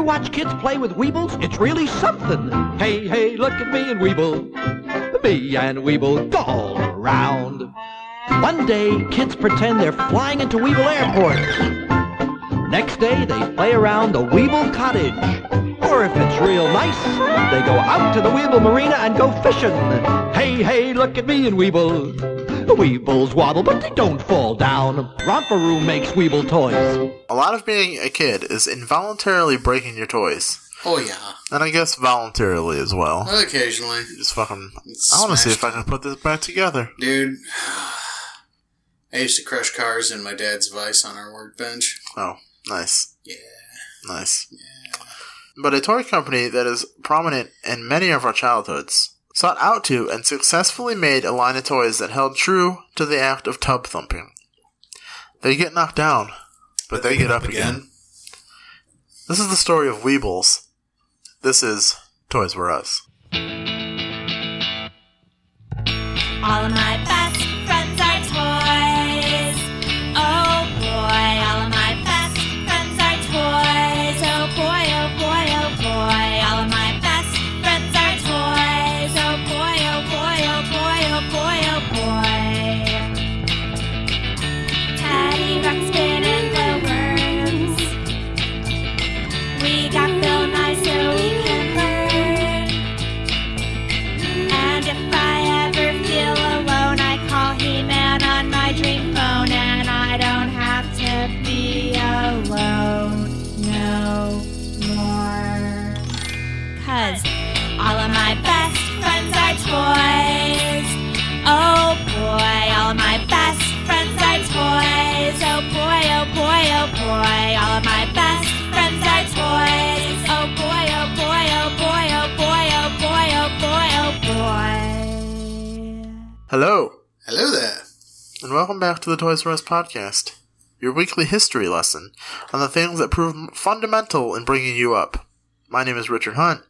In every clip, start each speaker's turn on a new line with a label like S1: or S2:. S1: watch kids play with Weebles, it's really something. Hey, hey, look at me and Weeble. Me and Weeble go all around. One day, kids pretend they're flying into Weeble Airport. Next day, they play around the Weeble Cottage. Or if it's real nice, they go out to the Weeble Marina and go fishing. Hey, hey, look at me and Weeble. The Weebles waddle, but they don't fall down. Romperoo makes Weeble toys.
S2: A lot of being a kid is involuntarily breaking your toys.
S3: Oh yeah,
S2: And I guess voluntarily as well.
S3: occasionally,
S2: Just fucking.
S3: It's
S2: I want to see if
S3: smashed.
S2: I can put this back together.
S3: dude. I used to crush cars in my dad's vice on our workbench.
S2: Oh, nice.
S3: Yeah.
S2: Nice. But a toy company that is prominent in many of our childhoods sought out to and successfully made a line of toys that held true to the act of tub thumping. They get knocked down, but they get up again. This is the story of Weebles. This is Toys Were Us.
S4: All of my best friends are toys. Oh boy, all of my best friends are toys. Oh boy, oh boy, oh boy, all of my best friends are toys. Oh boy, oh boy, oh boy, oh boy, oh boy. Teddy Ruxpin and the worms. We got Bill Nye so we can learn. And if I ever feel alone, I call He Man on my dream phone, and I don't have to be alone no more. Cause all of my best friends are toys. Oh boy, all of my best friends are toys. Oh boy, oh boy, oh boy, all of my best friends are toys. Oh boy, oh boy, oh boy, oh boy, oh boy, oh boy, oh boy.
S2: Hello,
S3: Hello there.
S2: and welcome back to the Toys R Us podcast, your weekly history lesson on the things that prove m- fundamental in bringing you up. My name is Richard Hunt,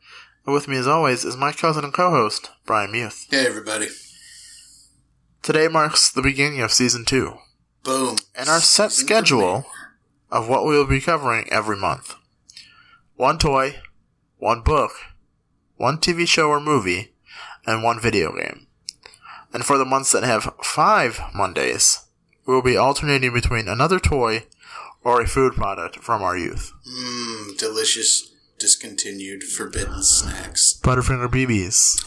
S2: and with me, as always, is my cousin and co host, Brian Muth.
S3: Hey everybody.
S2: Today marks the beginning of season two
S3: Boom.
S2: and our set
S3: Season
S2: schedule
S3: premiere.
S2: of what we will be covering every month one toy, one book, one TV show or movie, and one video game. And for the months that have five Mondays, we will be alternating between another toy or a food product from our youth.
S3: Mmm, delicious, discontinued, forbidden snacks.
S2: Butterfinger BBs.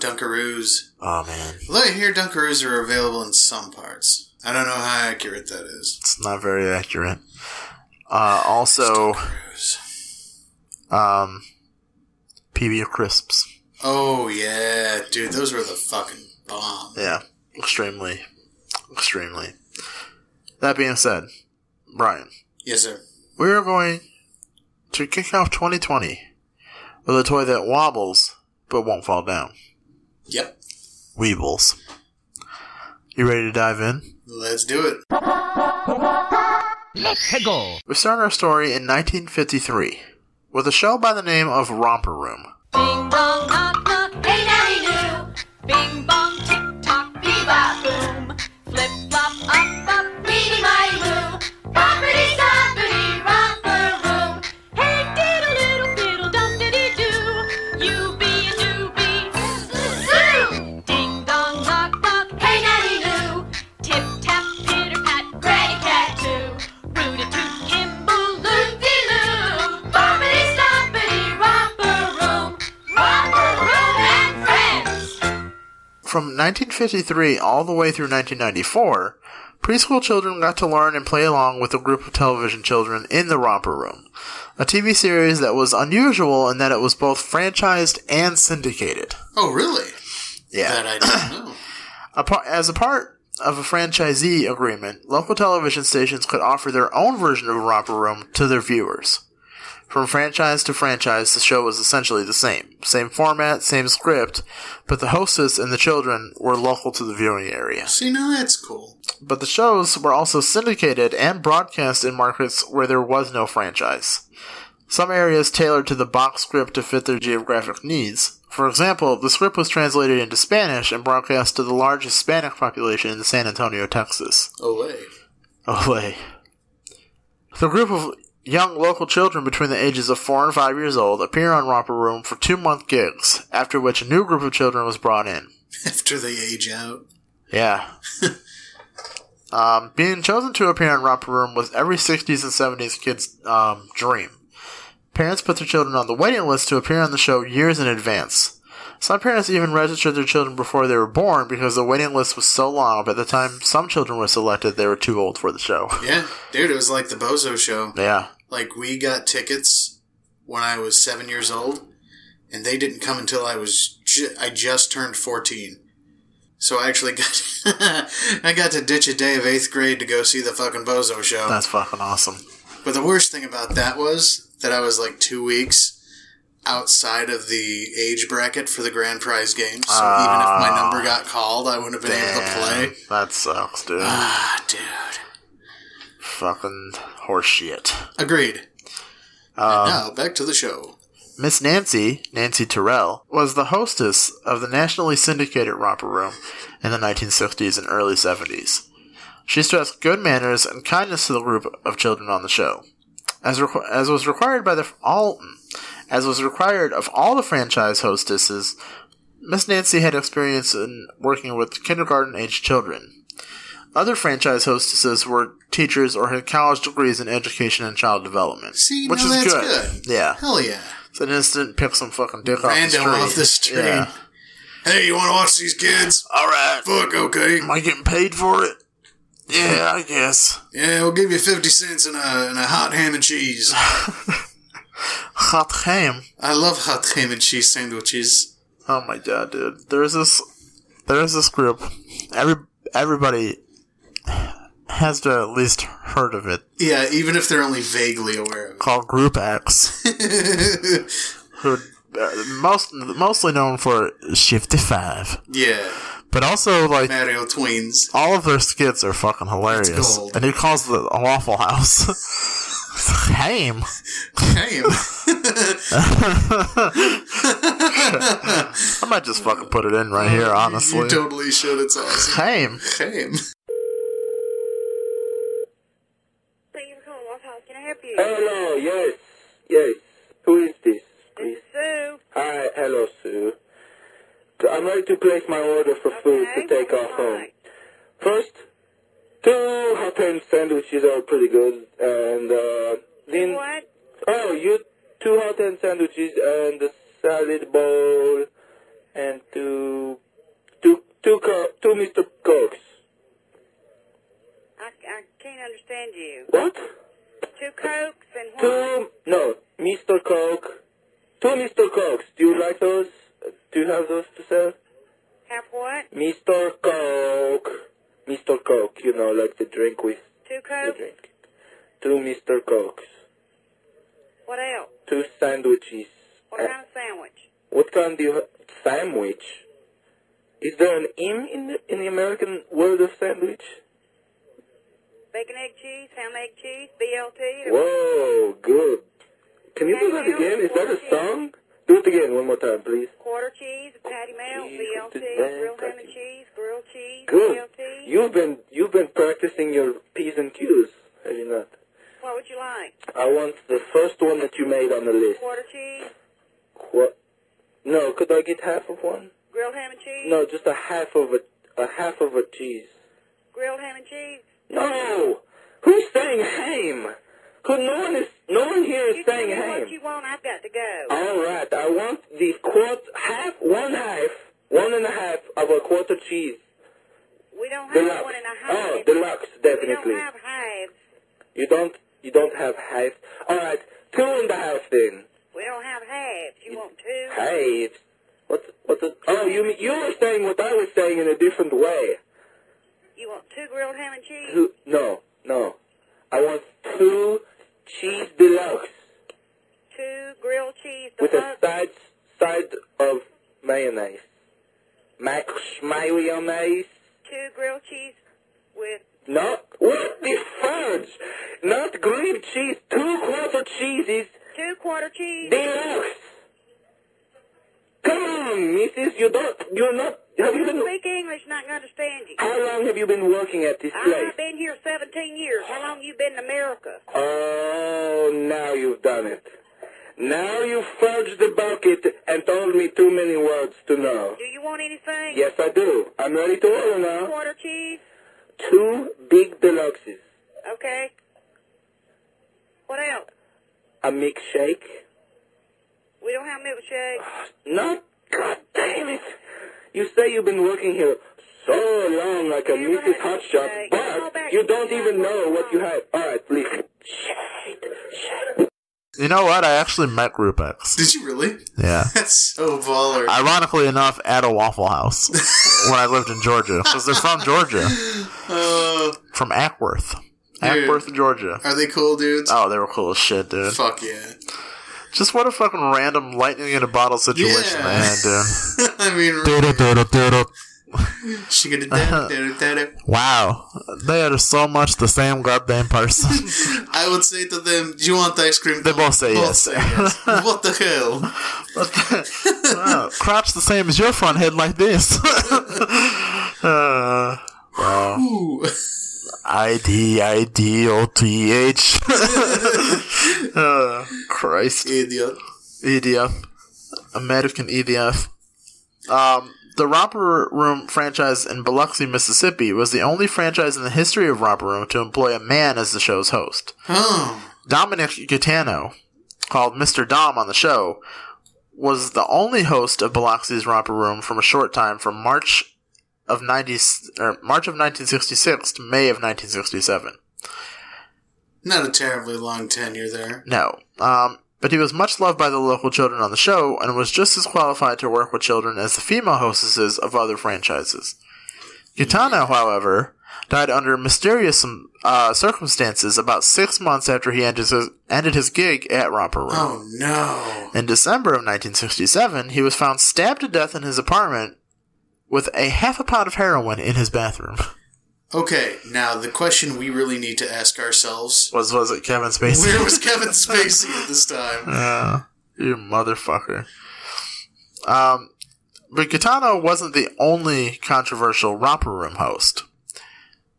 S3: Dunkaroos.
S2: Oh man,
S3: Although I hear Dunkaroos are available in some parts. I don't know how accurate that is.
S2: it's not very accurate. Uh, also,
S3: Dunkaroos.
S2: um, PB crisps.
S3: Oh yeah, dude, those were the fucking bomb.
S2: Yeah, extremely, extremely. That being said, Brian,
S3: Yes, sir.
S2: we are going to kick off 2020 with a toy that wobbles but won't fall down.
S3: Yep.
S2: Weebles. You ready to dive in?
S3: Let's do it.
S1: Let's go.
S2: We start our story in 1953 with a show by the name of Romper Room.
S4: Bing bong knock knock, hey daddy do. Bing bong tick tock, beba boom. Flip flop up up, beady mighty boom. Boppity soppity, romper room. Hey diddle diddle diddle dum diddy doo. You be a doobie. Ding dong knock knock, hey daddy do. Tip tap pitter pat, granny cat too. Rooty toot Kimball, loopy loo. Boppity soppity, romper room. Romper room and friends.
S2: From 1953 all the way through 1994, preschool children got to learn and play along with a group of television children in the Romper Room, a TV series that was unusual in that it was both franchised and syndicated.
S3: Oh really?
S2: Yeah.
S3: That I don't know.
S2: A par- as a part of a franchisee agreement, local television stations could offer their own version of a romper room to their viewers. From franchise to franchise, the show was essentially the same. Same format, same script, but the hostess and the children were local to the viewing area.
S3: See, now that's cool.
S2: But the shows were also syndicated and broadcast in markets where there was no franchise. Some areas tailored to the box script to fit their geographic needs. For example, the script was translated into Spanish and broadcast to the large Hispanic population in San Antonio, Texas.
S3: Oh wait.
S2: Olay. The group of Young local children between the ages of 4 and 5 years old appear on Romper Room for two month gigs, after which a new group of children was brought in.
S3: after they age out.
S2: Yeah. um, being chosen to appear in Romper Room was every 60s and 70s kid's um, dream. Parents put their children on the waiting list to appear on the show years in advance. Some parents even registered their children before they were born because the waiting list was so long, by the time some children were selected, they were too old for the show.
S3: Yeah, dude, it was like the Bozo show.
S2: yeah.
S3: Like we got tickets when I was seven years old, and they didn't come until I was ju- I just turned fourteen. So I actually got I got to ditch a day of eighth grade to go see the fucking Bozo show.
S2: That's fucking awesome.
S3: But the worst thing about that was that I was like two weeks outside of the age bracket for the grand prize game. So even if my
S2: Ah.
S3: number got called, I wouldn't have been able to
S2: Damn,
S3: play.
S2: that sucks, dude.
S3: Ah, dude.
S2: Fucking horseshit.
S3: Agreed.
S2: Um,
S3: and now back to the show.
S2: Miss Nancy, Nancy Terrell, was the hostess of the nationally syndicated romper room in the 1960s and early 70s. She stressed good manners and kindness to the group of children on the show, as requ- as was required by the f- all as was required of all the franchise hostesses. Miss Nancy had experience in working with kindergarten aged children. Other franchise hostesses were teachers or had college degrees in education and child development,
S3: See,
S2: which
S3: now
S2: is
S3: that's
S2: good.
S3: good.
S2: Yeah,
S3: Hell yeah.
S2: it's an instant pick some fucking dick off the
S3: Random
S2: street.
S3: off the street.
S2: Yeah.
S3: Hey, you want to watch these kids?
S2: All right.
S3: Fuck, okay.
S2: Am I getting paid for it? Yeah, I guess.
S3: Yeah, we'll give you 50 cents and a, and a hot ham and cheese.
S2: Hot ham.
S3: I love hot ham and cheese sandwiches.
S2: Oh my god, dude. There's this. There's this group. Every everybody has to at least heard of it
S3: Yeah, even if they're only vaguely aware of it.
S2: called Group X, who uh, most mostly known for Shifty Five,
S3: yeah,
S2: but also like
S3: Mario Twins.
S2: all of their skits are fucking hilarious.
S3: gold.
S2: And he calls the Waffle House ham.
S3: Damn.
S2: I might just fucking put it in right here, honestly.
S3: you totally should. It's
S2: Same.
S3: awesome. Damn.
S5: Thank you for calling Waffle House. Can I help you?
S6: Hello, Oh, yes, yes. Who is this?
S5: This is Sue.
S6: Hi, hello, Sue. I'm ready to place my order for food
S5: Okay,
S6: to take
S5: what
S6: off
S5: would you
S6: home.
S5: like?
S6: First, two hot ham sandwiches are pretty good, and uh, then
S5: What?
S6: oh, you two hot ham sandwiches and a salad bowl, and two two two co- two Mr. Cokes.
S5: I, I can't understand you.
S6: What?
S5: Two Cokes and what?
S6: Two no, Mr. Coke. Two Mr. Cokes. Do you like those? Do you have those to sell?
S5: Have what?
S6: Mr. Coke. Mr. Coke, you know, like the drink with
S5: Two
S6: the
S5: Cokes?
S6: drink. Two Mr. Cokes.
S5: What else?
S6: Two sandwiches.
S5: What
S6: Uh,
S5: kind of sandwich?
S6: what kind do you have? Sandwich? Is there an M in the, in the American word of sandwich?
S5: Bacon, egg, cheese, ham, egg, cheese, BLT?
S6: Whoa, good. Can you do that again? Is that a song? Do it again one more time, please.
S5: Quarter cheese, patty melt,
S6: Cheese,
S5: BLT,
S6: good
S5: grilled ham and
S6: bacon.
S5: cheese, grilled cheese,
S6: Good.
S5: BLT?
S6: You've been you've been practicing your P's and Q's, have you not?
S5: What would you like?
S6: I want the first one that you made on the list.
S5: Quarter cheese,
S6: What? No, could I get half of one?
S5: grilled ham and cheese?
S6: No, just a half of a, a half of a cheese.
S5: Grilled ham and cheese?
S6: No, who's saying ham? Who? No one is. No one here is
S5: You tell
S6: saying
S5: me what
S6: ham.
S5: you want, I've got to go.
S6: All right, I want the quarter half, one half, one and a half of a quarter cheese.
S5: We don't have
S6: Deluxe.
S5: one and a half.
S6: Oh, deluxe,
S5: we don't
S6: definitely.
S5: have hives.
S6: You don't. You don't have half. All right, two and a half then.
S5: We don't have halves. You want two?
S6: Half. What? What? The, oh, you mean- you were saying what I was saying in a different way.
S5: You want two grilled ham and cheese?
S6: Two, no, no. I want two cheese deluxe.
S5: Two grilled cheese
S6: with a
S5: deluxe.
S6: side side of mayonnaise. Mac mayonnaise.
S5: Two grilled cheese with
S6: Not what the fudge? Not grilled cheese. Two quarter cheeses
S5: two quarter cheese.
S6: deluxe. Come Damn, missus, you don't, you're not, have you been,
S5: Speak English and I can understand you.
S6: how long have you been working at this place?
S5: I've been here 17 years. How long you been in America?
S6: Ah. Oh, now you've done it. Now you forged the bucket and told me too many words to know.
S5: Do you want anything?
S6: Yes, I do. I'm ready to order now.
S5: Quarter cheese?
S6: Two big deluxes,
S5: Okay. What else?
S6: a milkshake.
S5: We don't have milkshake.
S6: No, god damn it! You say you've been working here so long like a
S5: You
S6: Mrs.
S5: had-
S6: Hotshot,
S5: Go
S6: but
S5: back
S6: you
S5: to
S6: don't
S5: the
S6: even know what you
S5: house.
S6: have. Alright, listen. Shit, shit.
S2: You know what? I actually met Group X.
S3: Did you really?
S2: Yeah.
S3: That's so baller.
S2: Ironically enough, at a Waffle House when I lived in Georgia. Because they're from Georgia.
S3: Uh,
S2: From Ackworth.
S3: Dude.
S2: Ackworth, Georgia.
S3: are they cool dudes?
S2: Oh, they were cool as shit, dude.
S3: Fuck yeah.
S2: Just what a fucking random lightning in a bottle situation
S3: Yeah.
S2: they had, dude.
S3: I mean,
S2: Doodle, doodle, doodle.
S3: she could
S2: Uh-huh.
S3: have
S2: Wow. They are so much the same goddamn person.
S3: I would say to them, "Do you want ice cream?"
S2: They both say yes.
S3: what the hell?
S2: wow. Crotch the same as your front head like this. uh,
S3: Ooh.
S2: ID, ID, OTH. uh, Christ.
S3: Idiot.
S2: EDF. American EDF. Um, the Romper Room franchise in Biloxi, Mississippi was the only franchise in the history of Romper Room to employ a man as the show's host.
S3: Oh,
S2: Dominic Gitano, called Mr. Dom on the show, was the only host of Biloxi's Romper Room from a short time from March of 90, or March of 1966 to May of 1967.
S3: not a terribly long tenure there.
S2: No. Um, but he was much loved by the local children on the show and was just as qualified to work with children as the female hostesses of other franchises. Gitano, however, died under mysterious uh, circumstances about six months after he ended his, ended his gig at Romper Room.
S3: Oh no.
S2: In December of 1967, he was found stabbed to death in his apartment with a half a pound of heroin in his bathroom.
S3: Okay, now the question we really need to ask ourselves:
S2: Was was it Kevin Spacey?
S3: Where was Kevin Spacey at this time?
S2: Uh, you motherfucker. Um, but Gitano wasn't the only controversial romper room host.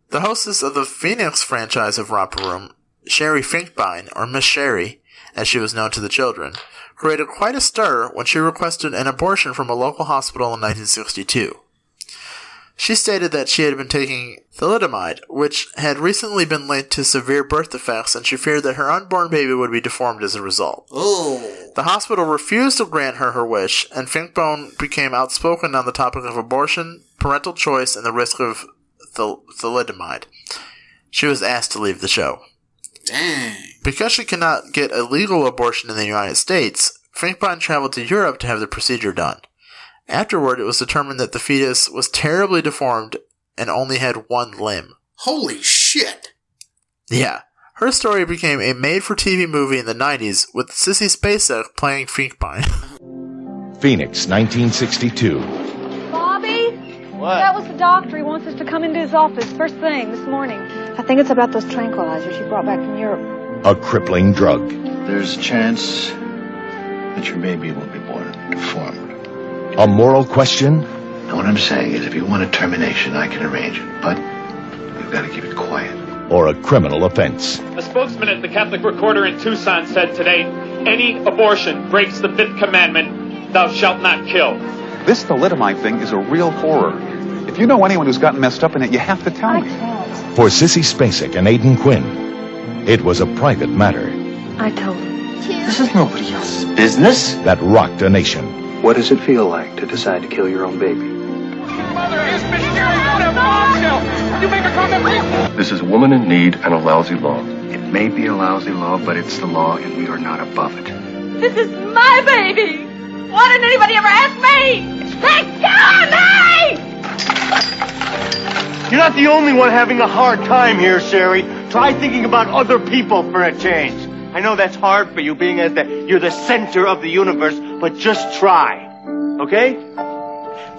S2: The hostess of the Phoenix franchise of romper room, Sherry Finkbein, or Miss Sherry, as she was known to the children, created quite a stir when she requested an abortion from a local hospital in 1962. She stated that she had been taking thalidomide, which had recently been linked to severe birth defects, and she feared that her unborn baby would be deformed as a result.
S3: Oh,
S2: The hospital refused to grant her her wish, and Finkbone became outspoken on the topic of abortion, parental choice, and the risk of thal- thalidomide. She was asked to leave the show.
S3: dang.
S2: Because she cannot get a legal abortion in the United States, Finkbone traveled to Europe to have the procedure done. Afterward, it was determined that the fetus was terribly deformed and only had one limb.
S3: Holy shit.
S2: Yeah. Her story became a made for TV movie in the 90s with Sissy Spacek playing Finkbine.
S7: Phoenix, 1962.
S8: Bobby? What? That was the doctor. He wants us to come into his office first thing this morning. I think it's about those tranquilizers you brought back from Europe.
S7: A crippling drug.
S9: There's a chance that your baby will be born deformed.
S7: A moral question.
S9: Now, what I'm saying is, if you want a termination, I can arrange it, but we've got to keep it quiet.
S7: Or a criminal offense.
S10: A spokesman at the Catholic Recorder in Tucson said today any abortion breaks the fifth commandment, thou shalt not kill.
S11: This thalidomide thing is a real horror. If you know anyone who's gotten messed up in it, you have to tell
S8: I
S11: me.
S8: can't.
S7: For Sissy Spacek and Aidan Quinn. It was a private matter
S8: I told him.
S11: This is nobody else's business.
S7: that rocked a nation.
S9: What does it feel like to decide to kill your own baby?
S10: Mother is mysterious. What a bombshell! You make a comment, please.
S9: This is a woman in need and a lousy law. It may be a lousy law, but it's the law, and we are not above it.
S8: This is my baby! Why didn't anybody ever ask me? Thank God!
S9: You're not the only one having a hard time here, Sherry. Try thinking about other people for a change. I know that's hard for you, being as the, you're the center of the universe, but just try. Okay?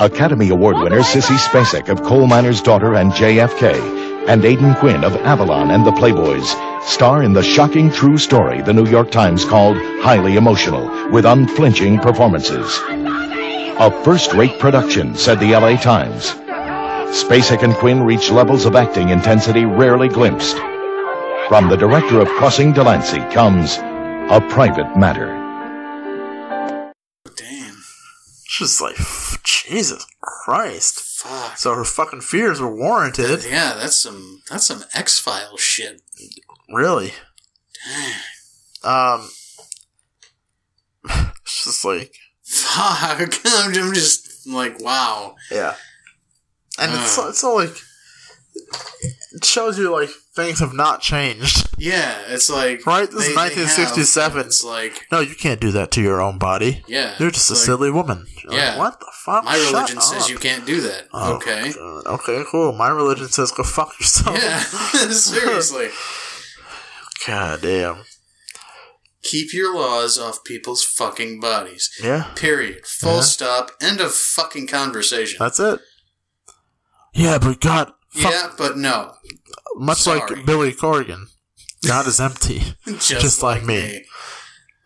S7: Academy Award winner Sissy Spacek of Coal Miner's Daughter and JFK. And Aidan Quinn of Avalon and the Playboys star in the shocking true story the New York Times called highly emotional with unflinching performances. A first rate production, said the LA Times. Spacek and Quinn reach levels of acting intensity rarely glimpsed. From the director of Crossing Delancey comes A Private Matter.
S2: She's like, Jesus Christ. So her fucking fears were warranted.
S3: Yeah, that's some that's some X File shit.
S2: Really? Um, it's just like,
S3: Fuck. I'm I'm just like, wow.
S2: yeah. And it's,
S3: Ugh.
S2: so- it's so like, it shows you like things have not changed.
S3: Yeah, it's like
S2: Right? This is
S3: they- they
S2: 1967.
S3: have- It's like
S2: No, you can't do that to your own body.
S3: Yeah,
S2: You're just a
S3: it's like-
S2: silly woman. You're like,
S3: yeah,
S2: what the fuck?
S3: My
S2: Shut
S3: religion
S2: up."
S3: says you can't do that.
S2: Oh,
S3: okay.
S2: God. Okay, cool. My religion says go fuck yourself.
S3: Yeah, seriously.
S2: God damn.
S3: Keep your laws off people's fucking bodies.
S2: Yeah.
S3: Period. Full
S2: Yeah.
S3: stop. End of fucking conversation.
S2: That's it. Yeah, but God,
S3: yeah, but no.
S2: much
S3: Sorry.
S2: like Billy Corgan, God is empty,
S3: Just
S2: just, like, me.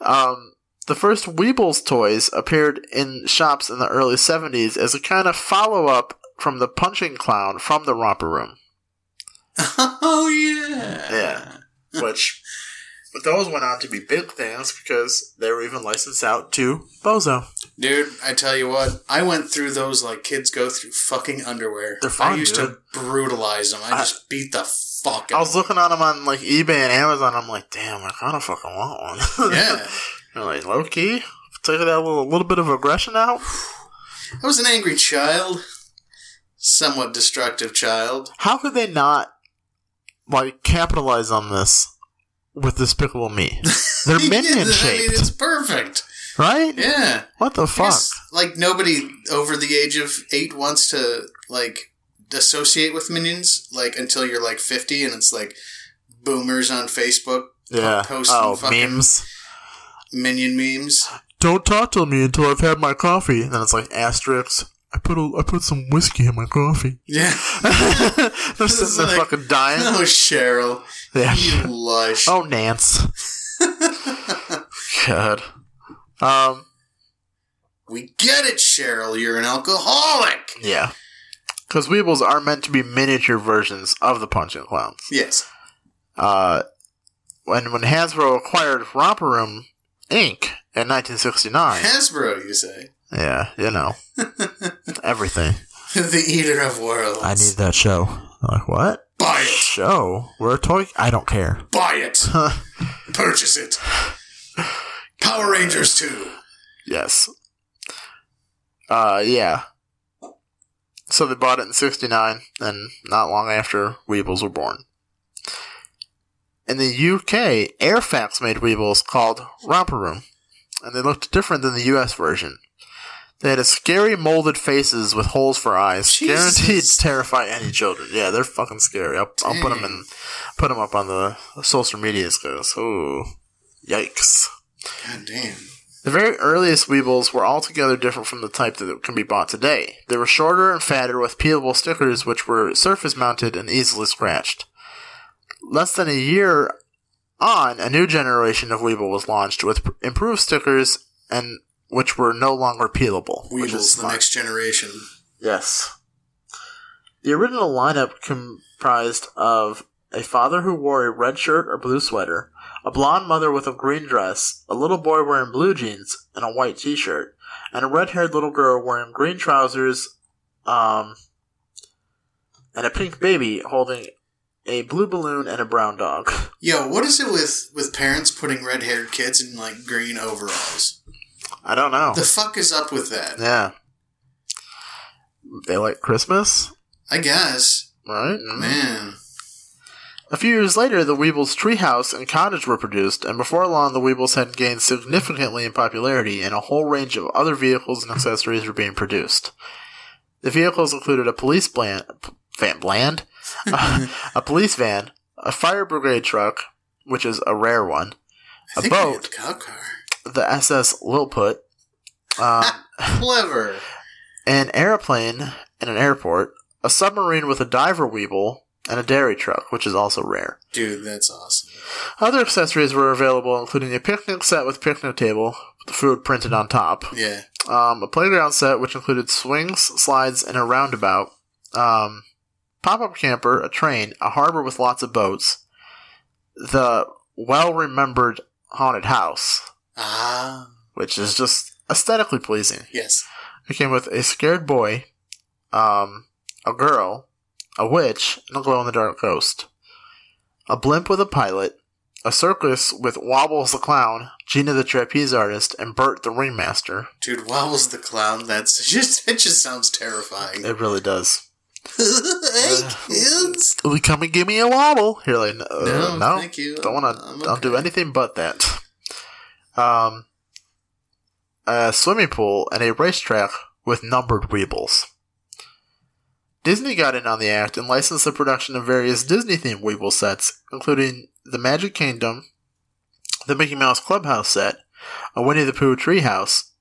S2: Um, the first Weebles toys appeared in shops in the early '70s as a kind of follow-up from the Punching Clown from the Romper Room.
S3: oh yeah.
S2: Yeah, which but those went on to be big things because they were even licensed out to Bozo.
S3: Dude, I tell you what, I went through those like kids go through fucking underwear.
S2: They're fun,
S3: I used
S2: dude.
S3: to brutalize them. I,
S2: I-
S3: just beat the fuck
S2: I
S3: out.
S2: was looking at them on like eBay and Amazon. I'm like, damn, I kind of fucking want one.
S3: yeah,
S2: You're like low key, take that little little bit of aggression out.
S3: I was an angry child, somewhat destructive child.
S2: How could they not like capitalize on this with Despicable Me? They're
S3: Yeah,
S2: minion
S3: I mean,
S2: shaped,
S3: it's perfect.
S2: right?
S3: Yeah.
S2: What the
S3: I
S2: fuck?
S3: guess, like nobody over the age of eight wants to like associate with minions like until you're like 50 and it's like boomers on facebook
S2: Yeah.
S3: posting
S2: Oh,
S3: fucking
S2: memes.
S3: minion memes
S2: Don't talk to me until I've had my coffee. And then it's like asterisks. I put a, I put some whiskey in my coffee.
S3: yeah
S2: They're
S3: It's
S2: sitting there
S3: like,
S2: fucking dying.
S3: oh cheryl
S2: Yeah.
S3: you lush
S2: Oh, Nance. God. Um.
S3: we get it cheryl you're an alcoholic
S2: Yeah. Because Weebles are meant to be miniature versions of the Punch and Clowns.
S3: yes
S2: Uh, when when Hasbro acquired Romper Room Inc. in 1969.
S3: hasbro you say
S2: yeah, you know, everything.
S3: the eater of worlds
S2: I need that show. I'm like what
S3: buy it
S2: show? We're a toy. I don't care.
S3: buy it purchase it power rangers 2
S2: yes. Uh, yeah. So they bought it in '69, and not long after Weebles were born. In the UK, Airfax made Weebles called Romper Room, and they looked different than the US version. They had a scary molded faces with holes for eyes,
S3: Jesus.
S2: guaranteed to terrify any children. Yeah, they're fucking scary. I'll, I'll put them in, put 'em up on the social medias because oh, yikes!
S3: god damn
S2: The very earliest Weebles were altogether different from the type that can be bought today. They were shorter and fatter with peelable stickers which were surface mounted and easily scratched. Less than a year on, a new generation of Weeble was launched with pr- improved stickers and which were no longer peelable. which is
S3: Weevil's the
S2: fine.
S3: next generation.
S2: Yes. The original lineup comprised of a father who wore a red shirt or blue sweater, a blonde mother with a green dress, a little boy wearing blue jeans and a white t shirt, and a red haired little girl wearing green trousers, um, and a pink baby holding a blue balloon and a brown dog.
S3: Yo, what is it with with parents putting red haired kids in like green overalls?
S2: I don't know.
S3: The fuck is up with that?
S2: Yeah. They like Christmas,
S3: I guess,
S2: right? Mm-hmm.
S3: man.
S2: A few years later, the Weebles' treehouse and cottage were produced, and before long, the Weebles had gained significantly in popularity, and a whole range of other vehicles and accessories were being produced. The vehicles included a police bland, van bland, a police van, a fire brigade truck, which is a rare one,
S3: I
S2: a
S3: think I had
S2: boat,
S3: the cop car.
S2: the SS Lilliput, um,
S3: Clever.
S2: an airplane in an airport, a submarine with a diver Weeble, and a dairy truck, which is also rare.
S3: Dude, that's awesome.
S2: Other accessories were available, including a picnic set with picnic table, with the food printed on top,
S3: Yeah.
S2: um, a playground set which included swings, slides, and a roundabout, um, pop up camper, a train, a harbor with lots of boats, the well remembered haunted house,
S3: Ah,
S2: which is just aesthetically pleasing.
S3: yes.
S2: It came with a scared boy, um, a girl, a witch, and a glow in the dark ghost. A blimp with a pilot, a circus with Wobbles the clown, Gina the trapeze artist, and Bert the ringmaster.
S3: Dude, Wobbles the Clown, that's just, it just sounds terrifying.
S2: It really does.
S3: hey, kids!
S2: Come and give me a wobble. You're like, no,
S3: No,
S2: no,
S3: thank you.
S2: Don't want to. Don't do anything but that. Um, a swimming pool and a racetrack with numbered weebles. Disney got in on the act and licensed the production of various Disney-themed Weeble sets, including the Magic Kingdom, the Mickey Mouse Clubhouse set, a Winnie the Pooh treehouse,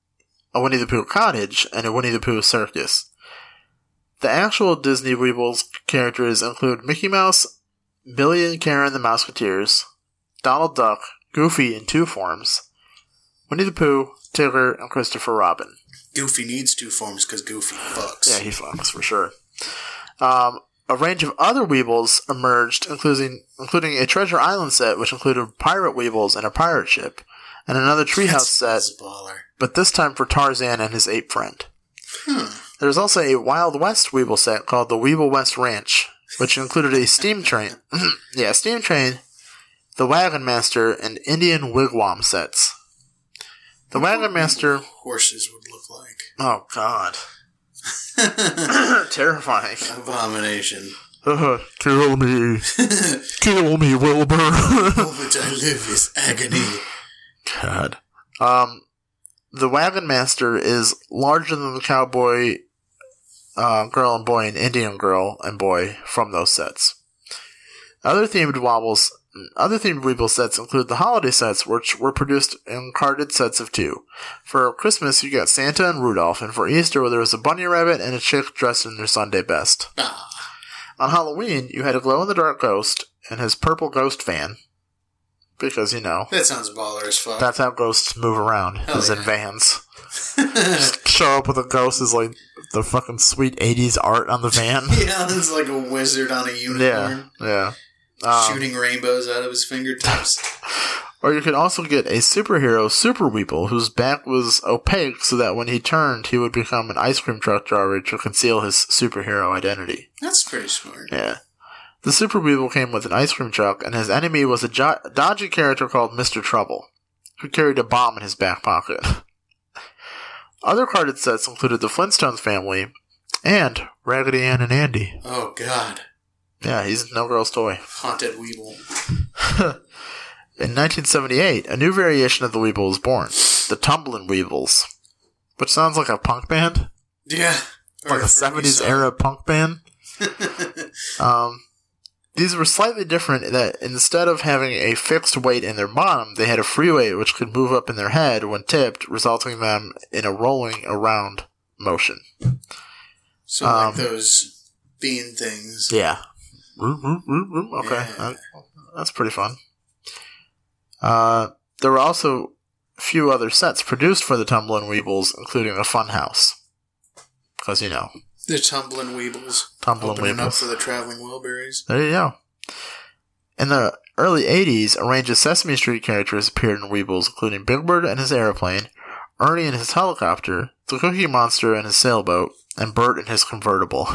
S2: a Winnie the Pooh cottage, and a Winnie the Pooh circus. The actual Disney Weebles characters include Mickey Mouse, Billy and Karen the Mouseketeers, Donald Duck, Goofy in two forms, Winnie the Pooh, Tigger, and Christopher Robin.
S3: Goofy needs two forms because Goofy fucks.
S2: Yeah, he fucks for sure. Um, a range of other Weebles emerged, including including a Treasure Island set, which included pirate Weebles and a pirate ship, and another Treehouse set,
S3: Baller.
S2: but this time for Tarzan and his ape friend. There's also a Wild West Weeble set called the Weeble West Ranch, which included a steam train, yeah, steam train, the Wagon Master, and Indian Wigwam sets. The Wagon Master
S3: Horses would look like
S2: Oh God! Terrifying.
S3: abomination.
S2: kill me, kill me, Wilbur.
S3: All which I live is agony.
S2: God. Um, the wagon master is larger than the cowboy, uh, girl and boy, and Indian girl and boy from those sets. Other themed wobbles, other themed Weeble sets include the holiday sets, which were produced in carded sets of two. For Christmas, you got Santa and Rudolph, and for Easter, there was a bunny rabbit and a chick dressed in their Sunday best. On Halloween, you had a glow in the dark ghost and his purple ghost van, because you know
S3: That sounds baller as fuck.
S2: that's how ghosts move around,
S3: Hell
S2: is in
S3: yeah.
S2: vans. Just show up with a ghost is like the fucking sweet 80s art on the van.
S3: yeah, it's like a wizard on a
S2: yeah,
S3: unicorn
S2: yeah. Um,
S3: shooting rainbows out of his fingertips.
S2: Or you could also get a superhero, Super Weeple, whose back was opaque so that when he turned, he would become an ice cream truck driver to conceal his superhero identity.
S3: That's pretty smart.
S2: Yeah. The Super Weevil came with an ice cream truck, and his enemy was a jo- dodgy character called Mr. Trouble, who carried a bomb in his back pocket. Other carded sets included the Flintstones family and Raggedy Ann and Andy.
S3: Oh god,
S2: Yeah, he's no girl's toy.
S3: haunted weevil.
S2: In 1978, a new variation of the Weevil was born the Tumblin' Weevils, which sounds like a punk band,
S3: Yeah,
S2: like a 70s era punk band. Um, these were slightly different in that instead of having a fixed weight in their bottom, they had a free weight which could move up in their head when tipped, resulting them in a rolling around motion.
S3: So
S2: um,
S3: like those bean things.
S2: Yeah. Roop, roop, roop, roop. Okay,
S3: Yeah.
S2: that- that's pretty fun. Uh, there were also a few other sets produced for the Tumblin' Weebles, including a fun house. Because, you know,
S3: The tumbling weebles.
S2: Tumbling
S3: Opening up
S2: Weebles.
S3: for the traveling Wilburys.
S2: There you go. In the early 80s, a range of Sesame Street characters appeared in Weebles, including Big Bird and his airplane, Ernie and his helicopter, the Cookie Monster and his sailboat, and Bert and his convertible.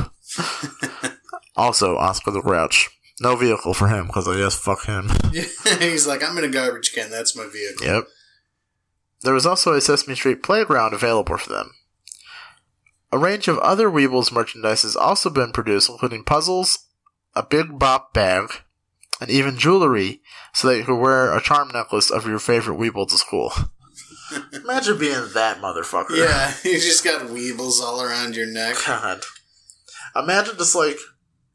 S2: also, Oscar the Grouch. No vehicle for him, because I guess fuck him.
S3: He's like, I'm in a garbage can. That's my vehicle.
S2: Yep. There was also a Sesame Street playground available for them. A range of other Weebles merchandise has also been produced, including puzzles, a big bop bag, and even jewelry, so that you could wear a charm necklace of your favorite Weeble to school. Imagine being that motherfucker.
S3: Yeah, you just got weebles all around your neck.
S2: God. Imagine just like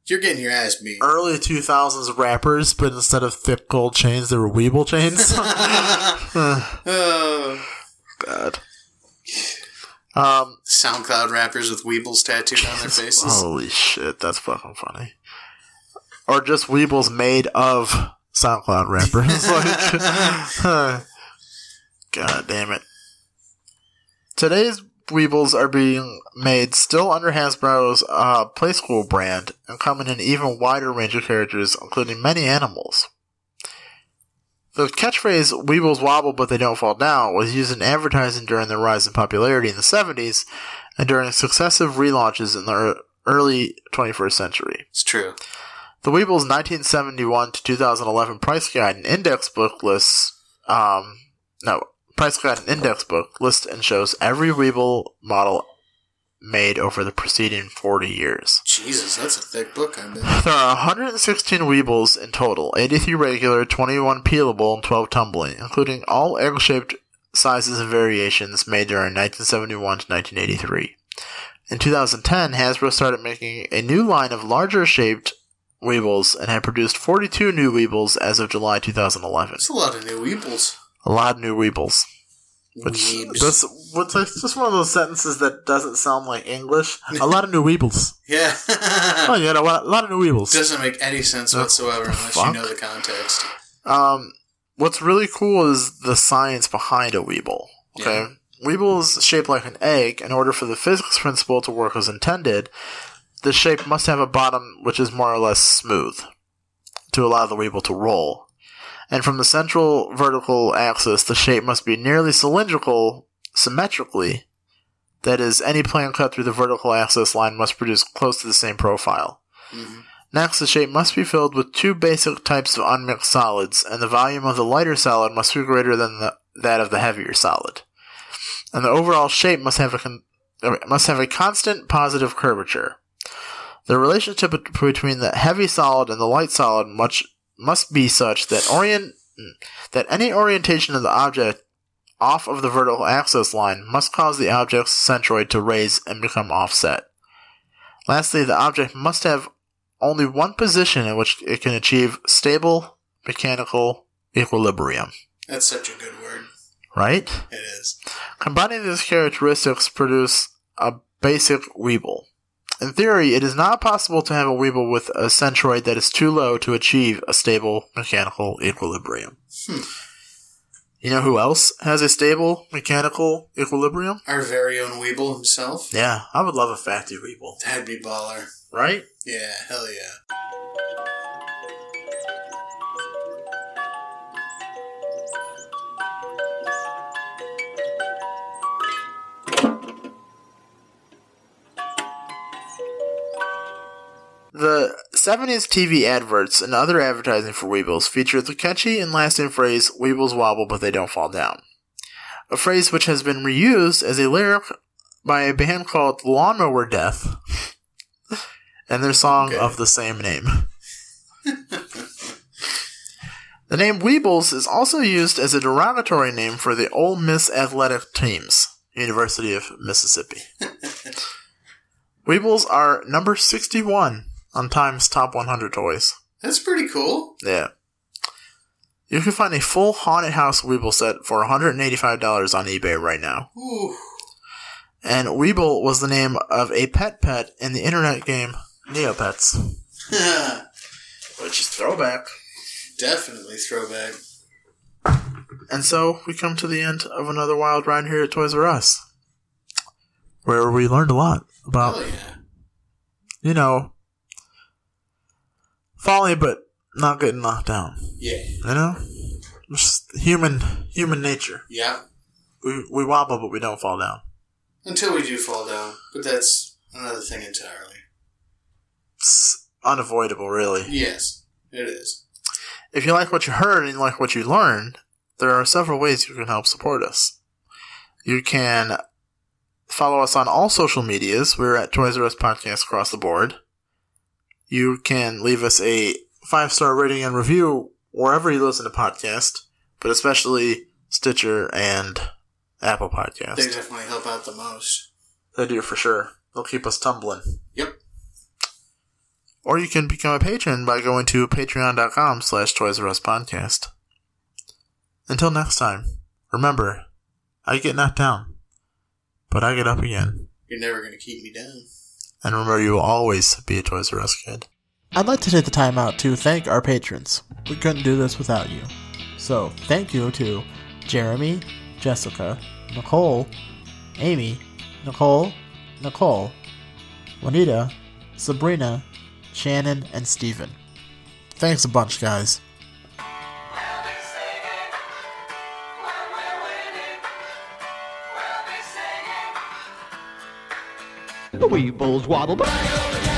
S3: You're getting your ass beat.
S2: early 2000s rappers, but instead of thick gold chains, they were Weeble chains.
S3: Uh, Oh.
S2: God. Um,
S3: SoundCloud rappers with weebles tattooed on their faces.
S2: Holy shit, that's fucking funny. Or just Weebles made of SoundCloud rappers. like, God damn it. Today's Weebles are being made still under Hasbro's uh, Play School brand and come in an even wider range of characters, including many animals. The catchphrase "Weebles wobble but they don't fall down" was used in advertising during their rise in popularity in the 70s and during successive relaunches in the ear- early 21st century.
S3: It's true.
S2: The Weeble's 1971 to 2011 price guide and index book lists, um, no, price guide and index book lists and shows every Weeble model made over the preceding 40 years.
S3: Jesus, that's a thick book, I bet.
S2: There are 116 Weebles in total 83 regular, 21 peelable, and 12 tumbling, including all egg shaped sizes and variations made during 1971 to 1983. In 2010, Hasbro started making a new line of larger shaped Weebles and had produced 42 new Weebles as of July 2011.
S3: That's a lot of new Weebles.
S2: A lot of new Weebles. Which
S3: Weebs.
S2: that's, what's that's just one of those sentences that doesn't sound like English. A lot of new Weebles.
S3: Yeah.
S2: Oh, yeah, a lot, a lot of new Weebles.
S3: Doesn't make any sense whatsoever unless you
S2: fuck?
S3: know the context.
S2: Um, what's really cool is the science behind a Weeble. Okay. Weeble is shaped like an egg. In order for the physics principle to work as intended, the shape must have a bottom which is more or less smooth to allow the Weeble to roll. And from the central vertical axis, the shape must be nearly cylindrical symmetrically. That is, any plane cut through the vertical axis line must produce close to the same profile. Next, the shape must be filled with two basic types of unmixed solids, and the volume of the lighter solid must be greater than the, that of the heavier solid. And the overall shape must have a con- uh, must have a constant positive curvature. The relationship bet- between the heavy solid and the light solid much must be such that orient that any orientation of the object off of the vertical axis line must cause the object's centroid to raise and become offset. Lastly, the object must have only one position in which it can achieve stable mechanical equilibrium,
S3: That's such a good word.
S2: right?
S3: It is.
S2: Combining these characteristics produce a basic Weeble. In theory, it is not possible to have a Weeble with a centroid that is too low to achieve a stable mechanical equilibrium.
S3: Hmm.
S2: You know who else has a stable mechanical equilibrium?
S3: Our very own Weeble himself.
S2: Yeah, I would love a fatty Weeble,
S3: That'd be baller.
S2: right?
S3: Yeah, hell yeah.
S2: The 70s TV adverts and other advertising for Weebles featured the catchy and lasting phrase, Weebles wobble but they don't fall down. A phrase which has been reused as a lyric by a band called Lawnmower Death and their song of the same name. the name Weebles is also used as a derogatory name for the Ole Miss athletic teams, University of Mississippi. Weebles are number 61 on Time's Top 100 Toys.
S3: That's pretty cool.
S2: Yeah. You can find a full Haunted House Weeble set for $185 on eBay right now.
S3: Ooh.
S2: And Weeble was the name of a pet pet in the internet game Neopets. Which is throwback.
S3: Definitely throwback.
S2: And so we come to the end of another wild ride here at Toys R Us, where we learned a lot about,
S3: Hell yeah.
S2: you know, folly but not getting knocked down.
S3: Yeah.
S2: You know, just human human nature.
S3: Yeah.
S2: We we wobble, but we don't fall down.
S3: Until we do fall down. But that's another thing entirely.
S2: It's unavoidable, really.
S3: Yes, it is.
S2: If you like what you heard and you like what you learned, there are several ways you can help support us. You can follow us on all social medias. We're at Toys R Us Podcast across the board. You can leave us a five star rating and review wherever you listen to podcast, but especially Stitcher and Apple Podcasts.
S3: They definitely help out the most.
S2: They do for sure. They'll keep us tumbling.
S3: Yep.
S2: Or you can become a patron by going to patreon.com slash Toys R Us podcast. Until next time, remember, I get knocked down, but I get up again.
S3: You're never going to keep me down.
S2: And remember, you will always be a Toys R Us kid. I'd like to take the time out to thank our patrons. We couldn't do this without you. So, thank you to Jeremy, Jessica, Nicole, Amy, Nicole, Nicole, Juanita, Sabrina, Shannon, and Steven. Thanks a bunch, guys.
S1: The weebles waddle.